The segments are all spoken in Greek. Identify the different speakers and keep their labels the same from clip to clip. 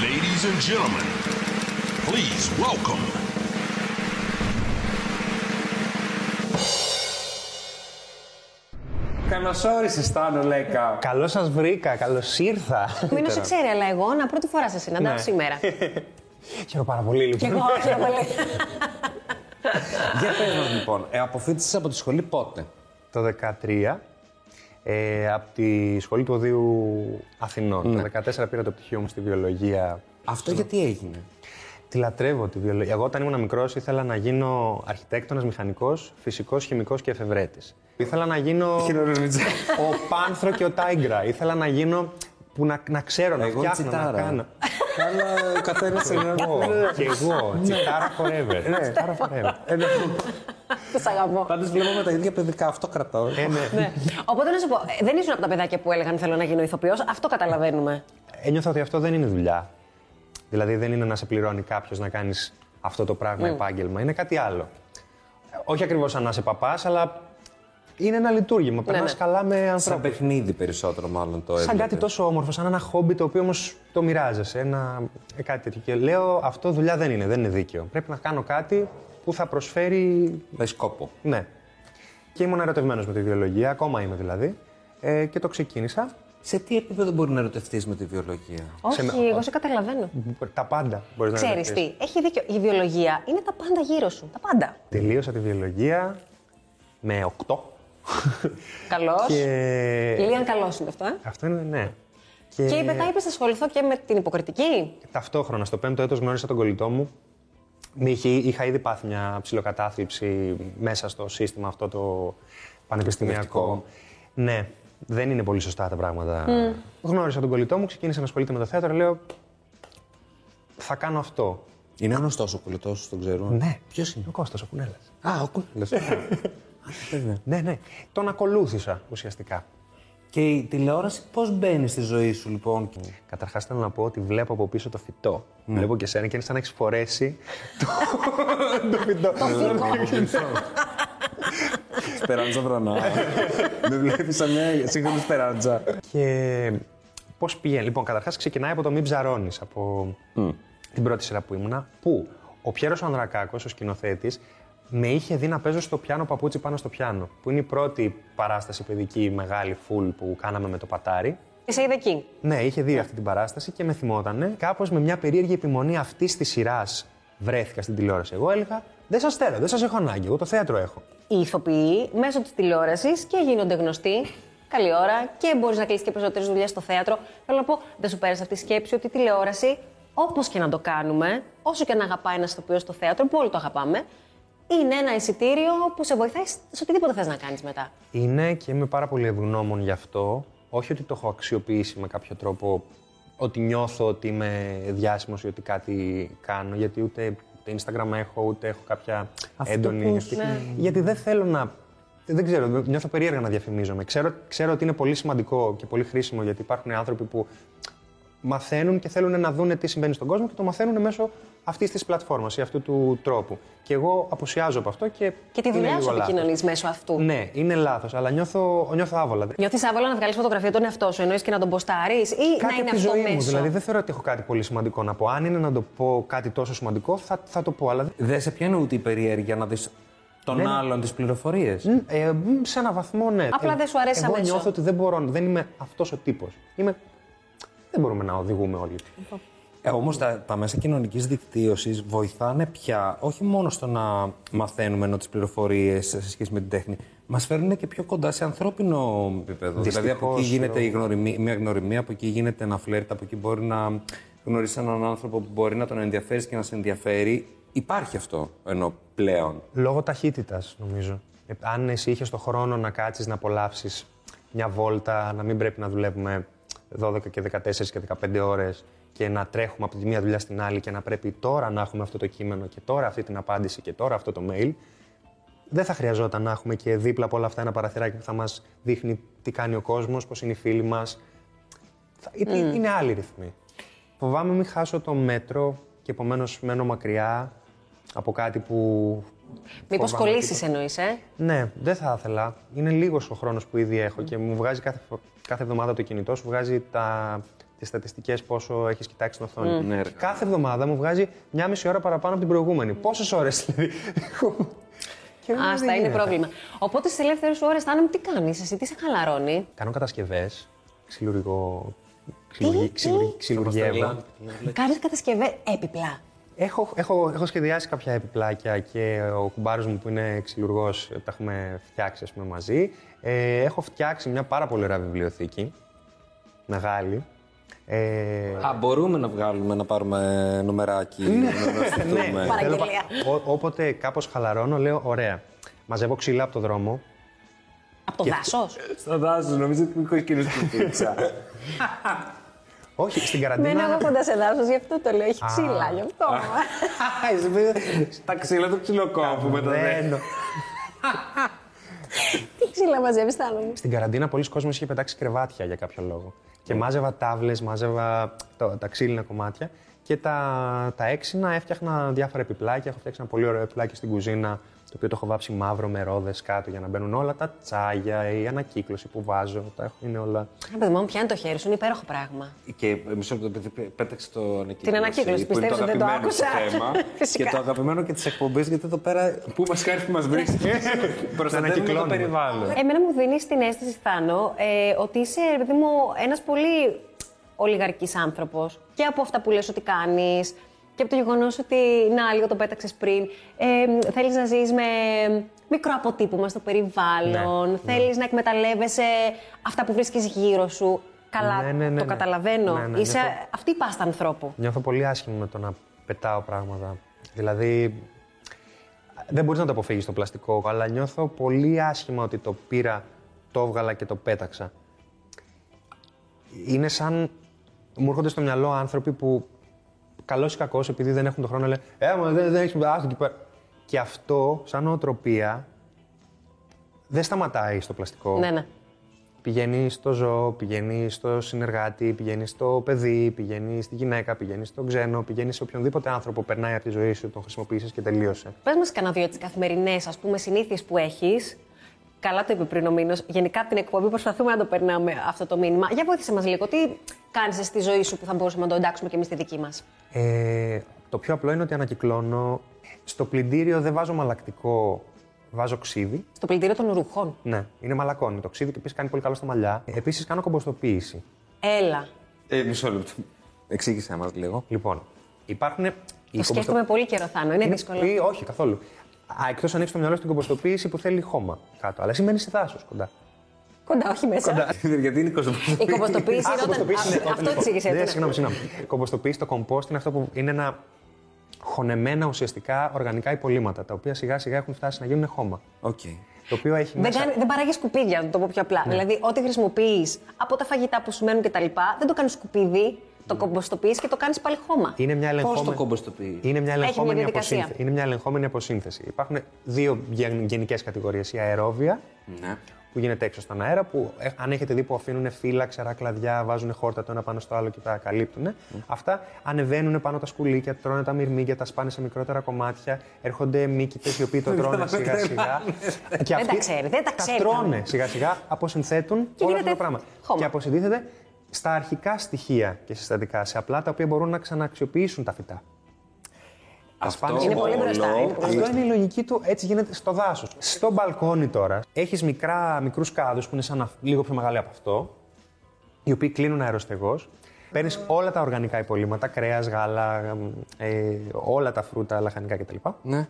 Speaker 1: Ladies and gentlemen, please welcome.
Speaker 2: Καλώ όρισε, Στάνο Λέκα.
Speaker 3: Καλώς σας βρήκα, καλώς ήρθα.
Speaker 4: Μείνω σε ξέρει, αλλά εγώ να πρώτη φορά σε συναντάω
Speaker 3: Ναι.
Speaker 4: σήμερα.
Speaker 3: Χαίρομαι πάρα πολύ,
Speaker 4: Και
Speaker 3: λοιπόν.
Speaker 4: εγώ όχι πολύ.
Speaker 2: Για πες μας λοιπόν, ε, αποφύτησες από τη σχολή πότε.
Speaker 3: Το 13, ε, από τη σχολή του Οδείου Αθηνών. Το 14 πήρα το πτυχίο μου στη βιολογία.
Speaker 2: Αυτό γιατί έγινε.
Speaker 3: Τη λατρεύω τη βιολογία. Εγώ όταν ήμουν μικρός ήθελα να γίνω αρχιτέκτονας, μηχανικός, φυσικός, χημικός και εφευρέτης. Ήθελα να γίνω. ο Πάνθρο και ο Τάιγκρα. Ήθελα να γίνω. που να, να ξέρω, να
Speaker 2: Εγώ
Speaker 3: φτιάχνω, να κάνω.
Speaker 2: τσιτάρα. Ε, Καλά, καθένα ενεργό.
Speaker 3: και εγώ, τσιτάρα forever. τσιτάρα forever.
Speaker 2: Ναι.
Speaker 4: Του αγαπώ.
Speaker 2: Πάντως βλέπουμε τα ίδια παιδικά, αυτό κρατάω.
Speaker 3: Ε, ναι.
Speaker 4: Ναι. Οπότε να σου πω, ε, δεν ήσουν από τα παιδάκια που έλεγαν Θέλω να γίνω ηθοποιός. Αυτό καταλαβαίνουμε.
Speaker 3: ένιωθα ότι αυτό δεν είναι δουλειά. Δηλαδή δεν είναι να σε πληρώνει κάποιος να κάνεις αυτό το πράγμα
Speaker 4: Ναι.
Speaker 3: επάγγελμα. Είναι κάτι άλλο. Ε, Όχι ακριβώς σαν να είσαι παπάς, αλλά είναι ένα λειτουργήμα. Περνάς
Speaker 4: ναι.
Speaker 3: καλά με
Speaker 2: Σαν
Speaker 3: ανθρώπους.
Speaker 2: παιχνίδι περισσότερο, μάλλον το
Speaker 3: Σαν,
Speaker 2: έβλεπες.
Speaker 3: κάτι τόσο όμορφο, σαν ένα χόμπι το οποίο όμως το μοιράζεσαι. Ένα, ε, κάτι τέτοιο. Και λέω αυτό δουλειά δεν είναι, δεν είναι δίκαιο. Πρέπει να κάνω κάτι που θα προσφέρει
Speaker 2: Δες σκόπο.
Speaker 3: ναι. Και ήμουν ερωτευμένος με τη βιολογία, ακόμα είμαι δηλαδή. Ε, και το ξεκίνησα.
Speaker 2: Σε τι επίπεδο μπορεί να ερωτευτείς με τη βιολογία.
Speaker 4: Όχι, εγώ σε καταλαβαίνω.
Speaker 3: Τα πάντα μπορείς να
Speaker 4: Ξέρεις
Speaker 3: ερωτευτείς.
Speaker 4: τι, έχει δίκιο. Η βιολογία είναι τα πάντα γύρω σου. Τα πάντα.
Speaker 3: Τελείωσα τη βιολογία με 8.
Speaker 4: Καλός.
Speaker 3: και...
Speaker 4: Λίγαν καλός είναι αυτό, ε.
Speaker 3: Αυτό είναι, ναι.
Speaker 4: Και είπε, τα είπες, θα ασχοληθώ και με την υποκριτική.
Speaker 3: Ταυτόχρονα, στο πέμπτο έτος γνώρισα τον κολλητό μου. Μη είχε- Είχα ήδη πάθει μια ψηλοκατάθλιψη μέσα στο σύστημα αυτό το πανεπιστημιακό. Ναι, δεν είναι πολύ σωστά τα πράγματα. Γνώρισα τον κολλητό μου, ξεκίνησε να ασχολείται με το θέατρο, λέω θα κάνω αυτό.
Speaker 2: Είναι γνωστός ο κολλητός σου, τον ξέρω.
Speaker 3: Ναι.
Speaker 2: Ποιος είναι.
Speaker 3: Ο Κώστας ο Κουνέλας.
Speaker 2: Α, ο κολλητό.
Speaker 3: Ναι, ναι. Τον ακολούθησα ουσιαστικά.
Speaker 2: Και η τηλεόραση πώς μπαίνει στη ζωή σου, λοιπόν.
Speaker 3: Καταρχάς, θέλω να πω ότι βλέπω από πίσω το φυτό. Βλέπω και σένα και είναι σαν να έχεις φορέσει το, το φυτό.
Speaker 2: Σπεράντζα βρανά. Με βλέπεις σαν μια σύγχρονη σπεράντζα.
Speaker 3: και πώς πηγαίνει. Λοιπόν, καταρχάς, ξεκινάει από το Μην ψαρώνεις, από την πρώτη σειρά που ήμουνα. Που ο Πιέρος Ανδρακάκος, ο σκηνοθέτης, με είχε δει να παίζω στο πιάνο παπούτσι πάνω στο πιάνο. Που είναι η πρώτη παράσταση παιδική μεγάλη full που κάναμε με το πατάρι.
Speaker 4: Και σε είδε εκεί.
Speaker 3: Ναι, είχε δει αυτή την παράσταση και με θυμότανε. Κάπως με μια περίεργη επιμονή αυτής της σειράς βρέθηκα στην τηλεόραση. Εγώ έλεγα: Δεν σας θέλω, δεν σας έχω ανάγκη. Εγώ το θέατρο έχω.
Speaker 4: Οι ηθοποιοί μέσω της τηλεόρασης και γίνονται γνωστοί. Καλή ώρα και μπορείς να κλείσει και περισσότερες δουλειές στο θέατρο. Θέλω να πω, δεν σου πέρασε αυτή η σκέψη ότι η τηλεόραση, όπως και να το κάνουμε, όσο και να αγαπάει ένας ηθοποιός στο θέατρο, που όλοι το αγαπάμε, είναι ένα εισιτήριο που σε βοηθάει σε οτιδήποτε θες να κάνεις μετά.
Speaker 3: Είναι και είμαι πάρα πολύ ευγνώμων γι' αυτό. Όχι ότι το έχω αξιοποιήσει με κάποιο τρόπο, ότι νιώθω ότι είμαι διάσημος ή ότι κάτι κάνω, γιατί ούτε, ούτε Instagram έχω, ούτε έχω κάποια έντονη. αυτή. Γιατί δεν θέλω να. Δεν ξέρω, νιώθω περίεργα να διαφημίζομαι. Ξέρω, ξέρω ότι είναι πολύ σημαντικό και πολύ χρήσιμο γιατί υπάρχουν άνθρωποι που μαθαίνουν και θέλουν να δουν τι συμβαίνει στον κόσμο και το μαθαίνουν μέσω αυτής της πλατφόρμας ή αυτού του τρόπου. Και εγώ απουσιάζω από αυτό και.
Speaker 4: Και τη
Speaker 3: είναι
Speaker 4: δουλειά
Speaker 3: λίγο
Speaker 4: σου
Speaker 3: λάθος.
Speaker 4: επικοινωνείς μέσω αυτού.
Speaker 3: Ναι, είναι λάθος, αλλά νιώθω, νιώθω άβολα. Δεν-
Speaker 4: Νιώθεις άβολα να βγάλεις φωτογραφία τον εαυτό σου, εννοείς και να τον ποστάρεις, ή να
Speaker 3: Κάτι
Speaker 4: είναι
Speaker 3: από τη
Speaker 4: αυτό
Speaker 3: ζωή
Speaker 4: μέσο.
Speaker 3: μου. Δηλαδή, δεν θεωρώ ότι έχω κάτι πολύ σημαντικό να πω. Αν είναι να το πω κάτι τόσο σημαντικό, θα, θα το πω. Αλλά δεν-
Speaker 2: Δεν σε πιάνει ούτε η περιέργεια να δεις τον άλλον τις πληροφορίες.
Speaker 3: ε, μ, σε ένα βαθμό, ναι.
Speaker 4: Απλά
Speaker 3: Ε,
Speaker 4: δεν σου αρέσει
Speaker 3: Εγώ
Speaker 4: αμέσως.
Speaker 3: νιώθω ότι δεν μπορώ, δεν είμαι αυτός ο τύπος. Είμαι. Δεν μπορούμε να οδηγούμε όλοι.
Speaker 2: Ε, Όμως τα, τα μέσα κοινωνικής δικτύωσης βοηθάνε πια όχι μόνο στο να μαθαίνουμε ενώ τις πληροφορίες σε σχέση με την τέχνη, μας φέρνουν και πιο κοντά σε ανθρώπινο επίπεδο. δηλαδή από εκεί
Speaker 3: Δυστυχώς,
Speaker 2: γίνεται η γνωριμία, μια γνωριμία, από εκεί γίνεται ένα φλερτ, από εκεί μπορεί να γνωρίσει έναν άνθρωπο που μπορεί να τον ενδιαφέρεις και να σε ενδιαφέρει. Υπάρχει αυτό ενώ πλέον.
Speaker 3: Λόγω ταχύτητας, νομίζω. Ε, αν εσύ είχες το χρόνο να κάτσεις να απολαύσεις μια βόλτα, να μην πρέπει να δουλεύουμε 12 και 14 και 15 ώρες και να τρέχουμε από τη μία δουλειά στην άλλη και να πρέπει τώρα να έχουμε αυτό το κείμενο και τώρα αυτή την απάντηση και τώρα αυτό το mail, δεν θα χρειαζόταν να έχουμε και δίπλα από όλα αυτά ένα παραθυράκι που θα μας δείχνει τι κάνει ο κόσμος, πώς είναι οι φίλοι μας. Είναι άλλοι ρυθμοί. Φοβάμαι μην χάσω το μέτρο και επομένως μένω μακριά από κάτι που.
Speaker 4: Μήπως
Speaker 3: φοβάμαι
Speaker 4: κολλήσεις εννοείς, ε.
Speaker 3: ότι- Ναι, δεν θα ήθελα. Είναι λίγος ο χρόνος που ήδη έχω και μου βγάζει κάθε, φο- κάθε εβδομάδα το κινητό, σου βγάζει τα, τις στατιστικές πόσο έχεις κοιτάξει την οθόνη.
Speaker 4: Mm.
Speaker 2: Ναι, ρε.
Speaker 3: Και κάθε εβδομάδα μου βγάζει μια μισή ώρα παραπάνω από την προηγούμενη. Πόσες ώρες δηλαδή. έχω- Και λέω,
Speaker 4: Άστα,
Speaker 3: «Δεν
Speaker 4: είναι
Speaker 3: γίνεται».
Speaker 4: πρόβλημα. Οπότε στις ελεύθερες σου ώρες αισθάνομαι τι κάνεις, εσύ τι σε χαλαρώνει.
Speaker 3: Κάνω κατασκευές. Ξυλουργικό.
Speaker 4: τι?
Speaker 3: Ξυλουργεύω.
Speaker 4: Κάνεις κατασκευές έπιπλα.
Speaker 3: Έχω, έχω, έχω σχεδιάσει κάποια επιπλάκια και ο κουμπάρος μου που είναι ξυλουργός τα έχουμε φτιάξει ας πούμε, μαζί. Ε, έχω φτιάξει μια πάρα πολύ ωραία βιβλιοθήκη, μεγάλη. Ε,
Speaker 2: Α, μπορούμε να βγάλουμε, να πάρουμε νομεράκι, να γνωριστούμε.
Speaker 3: θέλω πα-
Speaker 4: Παραγγελία.
Speaker 3: Ό- όποτε κάπως χαλαρώνω λέω ωραία. Μαζεύω ξύλα από το δρόμο.
Speaker 4: Από το δάσο.
Speaker 2: Στα δάσος, νομίζω ότι έχω κοινωνική την πίτσα.
Speaker 3: Όχι, στην
Speaker 4: Δεν
Speaker 3: καραντίνα...
Speaker 4: έχω κοντά σε δάσος, γι' αυτό το λέω. Έχει
Speaker 3: ξύλα,
Speaker 4: ξύλα, γι' αυτό.
Speaker 2: Τα ναι. ξύλα του ξυλοκόπου το
Speaker 3: Δεν-
Speaker 4: Τι ξύλα μαζεύεις, αισθάνομαι.
Speaker 3: Στην καραντίνα, πολλοί κόσμοι είχε πετάξει κρεβάτια για κάποιο λόγο.
Speaker 2: Ναι.
Speaker 3: Και μάζευα τάβλες, μάζευα το- τα ξύλινα κομμάτια και τα, τα έξινα έφτιαχνα διάφορα επιπλάκια. Έχω φτιάξει ένα πολύ ωραίο επιπλάκι στην κουζίνα, το οποίο το έχω βάψει μαύρο με ρόδες κάτω για να μπαίνουν όλα τα τσάγια, η ανακύκλωση που βάζω. Τα έχω, είναι όλα.
Speaker 4: Α, παιδί μου, πιάνει το χέρι σου, είναι υπέροχο πράγμα.
Speaker 2: Και μισό λεπτό, επειδή πέταξε το ανακύκλωση.
Speaker 4: Την ανακύκλωση,
Speaker 2: που είναι
Speaker 4: πιστεύεις ότι δεν το
Speaker 2: αγαπημένο
Speaker 4: άκουσα.
Speaker 2: σου Θέμα,
Speaker 4: Φυσικά.
Speaker 2: και το αγαπημένο και της εκπομπής, γιατί εδώ πέρα. Πού μας χάρη που μας βρίσκεις. Προστατεύουμε το
Speaker 3: ανακυκλώνουμε.
Speaker 2: περιβάλλον.
Speaker 4: Εμένα μου δίνει την αίσθηση, Θάνο, ε, ότι είσαι, ρε παιδί μου, ένας πολύ ολιγαρκής άνθρωπος. Και από αυτά που λες ότι κάνεις, και από το γεγονός ότι να, λίγο το πέταξες πριν. Ε, θέλεις να ζεις με μικρό αποτύπωμα στο περιβάλλον.
Speaker 3: Ναι,
Speaker 4: θέλεις να εκμεταλλεύεσαι αυτά που βρίσκεις γύρω σου. Καλά,
Speaker 3: Ναι, ναι, ναι,
Speaker 4: το
Speaker 3: ναι.
Speaker 4: καταλαβαίνω.
Speaker 3: Ναι, ναι,
Speaker 4: είσαι
Speaker 3: νιώθω-
Speaker 4: αυτή η πάστα ανθρώπου.
Speaker 3: Νιώθω πολύ άσχημα με το να πετάω πράγματα. Δηλαδή, δεν μπορείς να το αποφύγεις το πλαστικό, αλλά νιώθω πολύ άσχημα ότι το πήρα, το έβγαλα και το πέταξα. Είναι σαν. Μου έρχονται στο μυαλό άνθρωποι που καλός ή κακός, επειδή δεν έχουν τον χρόνο, λένε Ε, μα δεν, δεν έχεις. Άστο εκεί πέρα». Και αυτό, σαν νοοτροπία, δεν σταματάει στο πλαστικό.
Speaker 4: Ναι, ναι.
Speaker 3: Πηγαίνει στο ζώο, πηγαίνει στο συνεργάτη, πηγαίνει στο παιδί, πηγαίνει στη γυναίκα, πηγαίνει στον ξένο, πηγαίνει σε οποιονδήποτε άνθρωπο περνάει από τη ζωή σου, τον χρησιμοποίησες και τελείωσε.
Speaker 4: Πες μας κανένα δύο τις καθημερινές ας πούμε συνήθειες που έχεις. Καλά το είπε πριν ο Μήνος. Γενικά από την εκπομπή προσπαθούμε να το περνάμε αυτό το μήνυμα. Για βοήθησε μας λίγο. Τι κάνεις στη ζωή σου που θα μπορούσαμε να το εντάξουμε και εμείς στη δική μας.
Speaker 3: Ε, το πιο απλό είναι ότι ανακυκλώνω. Στο πλυντήριο δεν βάζω μαλακτικό, βάζω ξύδι.
Speaker 4: Στο πλυντήριο των ρούχων.
Speaker 3: Ναι, είναι μαλακώνει το ξύδι και επίσης κάνει πολύ καλό στα μαλλιά. Επίσης κάνω κομποστοποίηση.
Speaker 4: Έλα.
Speaker 2: Ε, μισό λεπτό. Εξήγησέ μας λίγο.
Speaker 3: Λοιπόν, υπάρχουν.
Speaker 4: Το σκέφτομαι πολύ καιρό, Θάνο. Είναι δύσκολο.
Speaker 3: Ή, όχι, καθόλου. Εκτός αν έχεις το μυαλό στην κομποστοποίηση που θέλει χώμα κάτω. Αλλά σημαίνει σε δάσο κοντά.
Speaker 4: Κοντά, όχι μέσα.
Speaker 2: γιατί είναι
Speaker 4: Η κομποστοποίηση
Speaker 3: Α,
Speaker 4: είναι όταν.
Speaker 3: κομποστοποίηση, ναι,
Speaker 4: Α,
Speaker 3: ναι,
Speaker 4: Αυτό
Speaker 3: λοιπόν.
Speaker 4: εξήγησε.
Speaker 3: Ναι,
Speaker 4: τι να-
Speaker 3: συγγνώμη, συγγνώμη. Κομποστοποίηση, το κομπόστ είναι αυτό που είναι ένα χωνεμένα ουσιαστικά οργανικά υπολείμματα, τα οποία σιγά σιγά έχουν φτάσει να γίνουν χώμα.
Speaker 2: Οκ.
Speaker 3: Το οποίο έχει
Speaker 4: Δεν,
Speaker 3: μέσα.
Speaker 4: κάνει, δεν παράγει σκουπίδια, να το πω πιο απλά. Δηλαδή, ό,τι χρησιμοποιείς από τα φαγητά που σου μένουν κτλ., δεν το κάνεις σκουπίδι, το κομποστοποιείς και το κάνεις πάλι χώμα.
Speaker 3: Είναι μια
Speaker 2: Πώς το
Speaker 3: ελεγχόμενη.
Speaker 2: κομποστοποιείς.
Speaker 3: Είναι μια
Speaker 4: Έχει μια
Speaker 3: ελεγχόμενη,
Speaker 4: διαδικασία.
Speaker 3: αποσύνθεση. είναι μια ελεγχόμενη αποσύνθεση. Υπάρχουν δύο γενικές κατηγορίες. Η αερόβια,
Speaker 2: Ναι.
Speaker 3: που γίνεται έξω στον αέρα, που ε, αν έχετε δει που αφήνουν φύλλα, ξερά κλαδιά, βάζουν χόρτα το ένα πάνω στο άλλο και τα καλύπτουν. Αυτά ανεβαίνουν πάνω τα σκουλίκια, τρώνε τα μυρμήγκια, τα σπάνε σε μικρότερα κομμάτια, έρχονται μύκητες οι οποίοι το τρώνε σιγά σιγά. και
Speaker 4: Δεν τα ξέρει, δεν τα ξέρει.
Speaker 3: τρώνε σιγά σιγά, αποσυνθέτουν όλο αυτό
Speaker 4: γίνεται
Speaker 3: το πράγμα.
Speaker 4: χώμα.
Speaker 3: Και αποσυντίθεται στα αρχικά στοιχεία και συστατικά, σε απλά τα οποία μπορούν να ξανααξιοποιήσουν τα φυτά. Τα σπάνε σε
Speaker 4: Είναι
Speaker 3: μικρότερα
Speaker 4: πολύ
Speaker 2: όλο
Speaker 4: μπροστά, είναι πολύ
Speaker 2: είναι-
Speaker 3: αυτό είναι η λογική του, έτσι γίνεται στο δάσος. Ε, Στο μπαλκόνι τώρα έχεις μικρούς κάδους που είναι σαν αυ- λίγο πιο μεγάλοι από αυτό, οι οποίοι κλείνουν αεροστεγός. Παίρνεις όλα τα οργανικά υπολείμματα, κρέας, γάλα, ε, όλα τα φρούτα, λαχανικά κτλ.
Speaker 2: Ναι.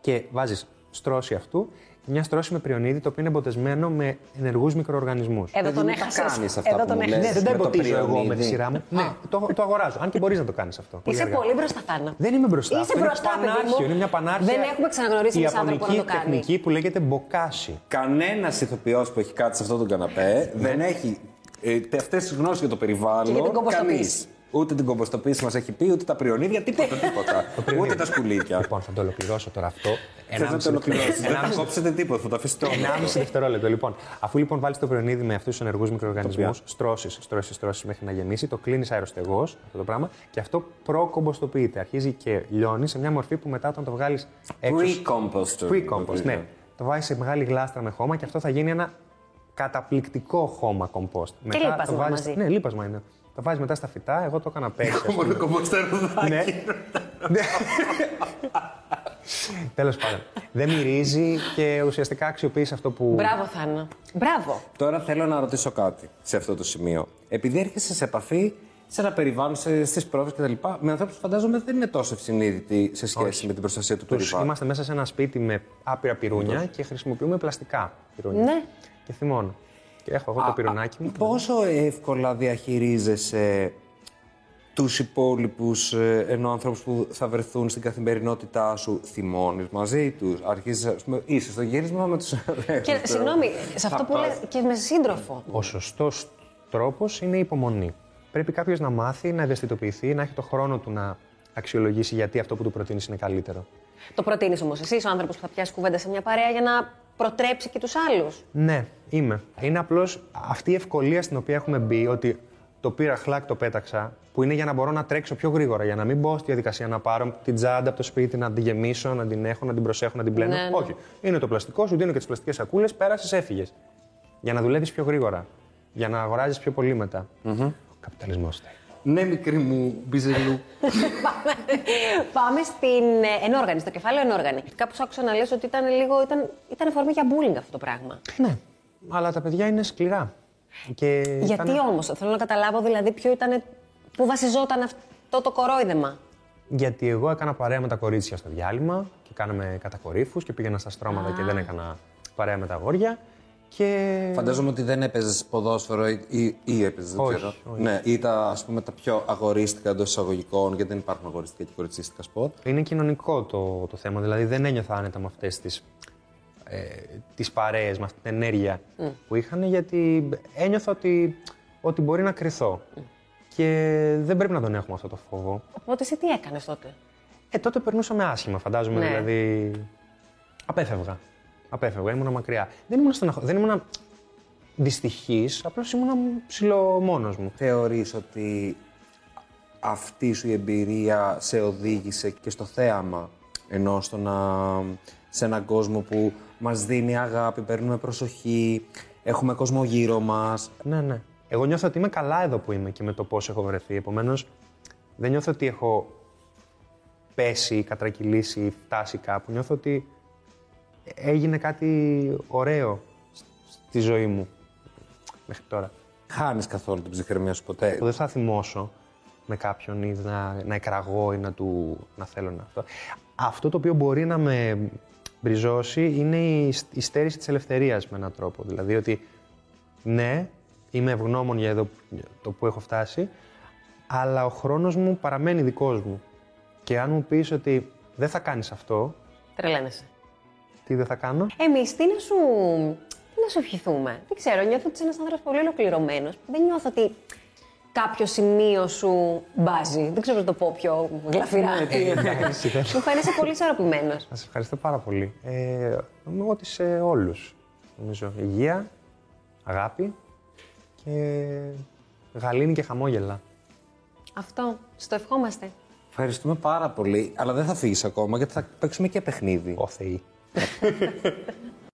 Speaker 3: Και βάζει στρώση αυτού και μια στρώση με πριονίδι το οποίο είναι εμποτεσμένο με ενεργούς μικροοργανισμούς.
Speaker 4: Εδώ τον
Speaker 2: μην τα
Speaker 4: έχασε.
Speaker 2: κάνεις αυτά
Speaker 4: Εδώ
Speaker 2: που
Speaker 4: τον
Speaker 2: μου
Speaker 4: έχασες.
Speaker 2: λες.
Speaker 3: Ναι, Ε, δεν τα
Speaker 2: με το
Speaker 3: εμποτίζω εγώ με τη
Speaker 2: πριονίδι.
Speaker 3: σειρά μου. Ναι, το, το αγοράζω. Αν και μπορείς να το κάνεις αυτό.
Speaker 4: Είσαι
Speaker 3: αργά.
Speaker 4: πολύ μπροστά, Θάνα.
Speaker 3: Δεν είμαι μπροστά.
Speaker 4: Είσαι
Speaker 3: Αυτό είναι
Speaker 4: μπροστά, παιδί μου.
Speaker 3: πανάρχιο, Είναι μια πανάρχια.
Speaker 4: Δεν έχουμε ξαναγνωρίσει έναν άνθρωπο να το
Speaker 3: ιαπωνική
Speaker 4: κάνει.
Speaker 3: τεχνική που λέγεται μποκάσι.
Speaker 2: Κανένας ηθοποιός που έχει κάτι σε αυτόν τον καναπέ δεν έχει ε, αυτές τις γνώσεις για το περιβάλλον.
Speaker 4: Και για την κομποστοποίηση.
Speaker 2: κανείς. Ούτε την κομποστοποίηση μας έχει πει, ούτε τα πριονίδια, τίποτα. τίποτα. ούτε τα σκουλίκια.
Speaker 3: Λοιπόν, θα το ολοκληρώσω τώρα αυτό.
Speaker 2: Θες να το ολοκληρώσεις. Δεν θα
Speaker 3: Ενάμιση-
Speaker 2: κόψετε τίποτα, θα το αφήσετε όλο.
Speaker 3: Ενάμιση δευτερόλεπτο. Λοιπόν, αφού λοιπόν βάλεις το πριονίδι με αυτούς τους ενεργούς μικροοργανισμούς, στρώσεις, στρώσεις, στρώσεις μέχρι να γεμίσει, το κλείνεις αεροστεγός αυτό το πράγμα και αυτό προκομποστοποιείται. Αρχίζει και λιώνει σε μια μορφή που μετά όταν το βγάλεις έξω.
Speaker 2: Pre-composter.
Speaker 3: Pre-compost, ναι. Το βάζεις σε μεγάλη γλάστρα με χώμα και αυτό θα γίνει ένα καταπληκτικό χώμα compost.
Speaker 4: λίπασμα μαζί.
Speaker 3: Ναι, λίπασμα είναι. Τα βάζεις μετά στα φυτά, εγώ το έκανα πέρσι. ας πούμε.
Speaker 5: Μόνο κομποστέρο
Speaker 3: Ναι. Τέλος πάντων. Δεν μυρίζει και ουσιαστικά αξιοποιείς αυτό που.
Speaker 4: Μπράβο, Θάνο. Μπράβο.
Speaker 2: Τώρα θέλω να ρωτήσω κάτι σε αυτό το σημείο. Επειδή έρχεσαι σε επαφή σε ένα περιβάλλον, στι πρόοδε κτλ. με ανθρώπους που φαντάζομαι δεν είναι τόσο ευσυνείδητοι σε σχέση με την προστασία του
Speaker 3: Τους
Speaker 2: περιβάλλοντο.
Speaker 3: Είμαστε μέσα σε ένα σπίτι με άπειρα πυρούνια και χρησιμοποιούμε πλαστικά πυρούνια.
Speaker 4: Ναι.
Speaker 3: Και θυμώνω. Και έχω εγώ το πυρουνάκι μου.
Speaker 2: Πόσο εύκολα διαχειρίζεσαι τους υπόλοιπους ενώ ανθρώπου που θα βρεθούν στην καθημερινότητά σου, θυμώνεις μαζί τους, αρχίζεις, ας πούμε, είσαι στο γύρισμα με τους
Speaker 4: Και συγγνώμη, σε αυτό που λες και με σύντροφο.
Speaker 3: Ο σωστός τρόπος είναι η υπομονή. Πρέπει κάποιος να μάθει, να ευαισθητοποιηθεί, να έχει το χρόνο του να αξιολογήσει γιατί αυτό που του προτείνεις είναι καλύτερο.
Speaker 4: Το προτείνεις όμως εσύ, ο άνθρωπος που θα πιάσει κουβέντα σε μια παρέα για να προτρέψει και τους άλλους.
Speaker 3: Ναι, είμαι. Είναι απλώς αυτή η ευκολία στην οποία έχουμε μπει ότι το πήρα χλάκ, το πέταξα, που είναι για να μπορώ να τρέξω πιο γρήγορα, για να μην μπω στη διαδικασία να πάρω την τσάντα από το σπίτι, να την γεμίσω, να την έχω, να την προσέχω, να την πλένω.
Speaker 4: Ναι, ναι.
Speaker 3: Όχι. Είναι το πλαστικό, σου δίνω και τις πλαστικές σακούλες, πέρασες, έφυγες. Για να δουλεύεις πιο γρήγορα. Για να αγοράζεις πιο πολύ μετά. Ο καπιταλισμός.
Speaker 5: Ναι, μικρή μου μπιζελού.
Speaker 4: Πάμε στην ε, ενόργανη, στο κεφάλαιο ενόργανη. Κάπου σ' άκουσα να λες ότι ήταν λίγο. ήταν, ήταν αφορμή για bullying αυτό το πράγμα.
Speaker 3: Ναι. Αλλά τα παιδιά είναι σκληρά. Και
Speaker 4: Γιατί
Speaker 3: ήταν-
Speaker 4: όμως, θέλω να καταλάβω δηλαδή ποιο ήταν. πού βασιζόταν αυτό το κορόιδεμα.
Speaker 3: Γιατί εγώ έκανα παρέα με τα κορίτσια στο διάλειμμα και κάναμε κατακορύφους και πήγαινα στα στρώματα και δεν έκανα παρέα με τα αγόρια. Και.
Speaker 2: Φαντάζομαι ότι δεν έπαιζες ποδόσφαιρο ή, ή, ή έπαιζες, δεν
Speaker 3: Όχι,
Speaker 2: ξέρω.
Speaker 3: όχι.
Speaker 2: Ναι, ή τα, ας πούμε, τα πιο αγορίστικα εντός εισαγωγικών, γιατί δεν υπάρχουν αγορίστικα και κοριτσίστικα σποτ.
Speaker 3: Είναι κοινωνικό το, το θέμα, δηλαδή δεν ένιωθα άνετα με αυτές τις ε, τις παρέες, με αυτή την ενέργεια που είχαν, γιατί ένιωθα ότι, ότι μπορεί να κρυθώ. Και δεν πρέπει να τον έχουμε αυτό το φόβο.
Speaker 4: Οπότε εσύ τι έκανες τότε.
Speaker 3: Ε, τότε περνούσαμε άσχημα, φαντάζομαι.
Speaker 4: Ναι.
Speaker 3: Δηλαδή. Απέφευγα. Απέφευγα, ήμουνα μακριά. Δεν ήμουν, στεναχω... δεν ήμουνα δυστυχής, απλώς ήμουνα ψηλό μόνο μου.
Speaker 2: Θεωρείς ότι αυτή σου η εμπειρία σε οδήγησε και στο θέαμα, ενώ στο να, σε έναν κόσμο που μας δίνει αγάπη, παίρνουμε προσοχή, έχουμε κόσμο γύρω μας.
Speaker 3: Ναι, ναι. Εγώ νιώθω ότι είμαι καλά εδώ που είμαι και με το πώς έχω βρεθεί. Επομένως, δεν νιώθω ότι έχω πέσει, κατρακυλήσει, φτάσει κάπου. Νιώθω ότι έγινε κάτι ωραίο στη ζωή μου μέχρι τώρα.
Speaker 2: Χάνεις καθόλου την ψυχραιμία σου ποτέ.
Speaker 3: που δεν θα θυμώσω με κάποιον ή να, να εκραγώ ή να, του, να θέλω να αυτό. Αυτό το οποίο μπορεί να με μπριζώσει είναι η, σ- η στέρηση της ελευθερίας με έναν τρόπο. Δηλαδή ότι ναι, είμαι ευγνώμων για εδώ, το που έχω φτάσει, αλλά ο χρόνος μου παραμένει δικός μου. Και αν μου πεις ότι δεν θα κάνεις αυτό,
Speaker 4: Τρελαίνεσαι.
Speaker 3: τι δεν θα κάνω,
Speaker 4: Εμείς τι να σου. Τι να σου ευχηθούμε. Δεν ξέρω, νιώθω ότι είσαι ένας άνθρωπος πολύ ολοκληρωμένος. Δεν νιώθω ότι κάποιο σημείο σου μπάζει. Δεν ξέρω να το πω πιο γλαφυρά. Μου φαίνεσαι πολύ ισορροπημένος.
Speaker 3: σας ευχαριστώ πάρα πολύ. Ε, νομίζω ότι σε όλους. Νομίζω υγεία, αγάπη και γαλήνη και χαμόγελα.
Speaker 4: Αυτό. Στο ευχόμαστε.
Speaker 2: Ευχαριστούμε πάρα πολύ, αλλά δεν θα φύγεις ακόμα γιατί θα παίξουμε και παιχνίδι.
Speaker 3: Ο Θεή.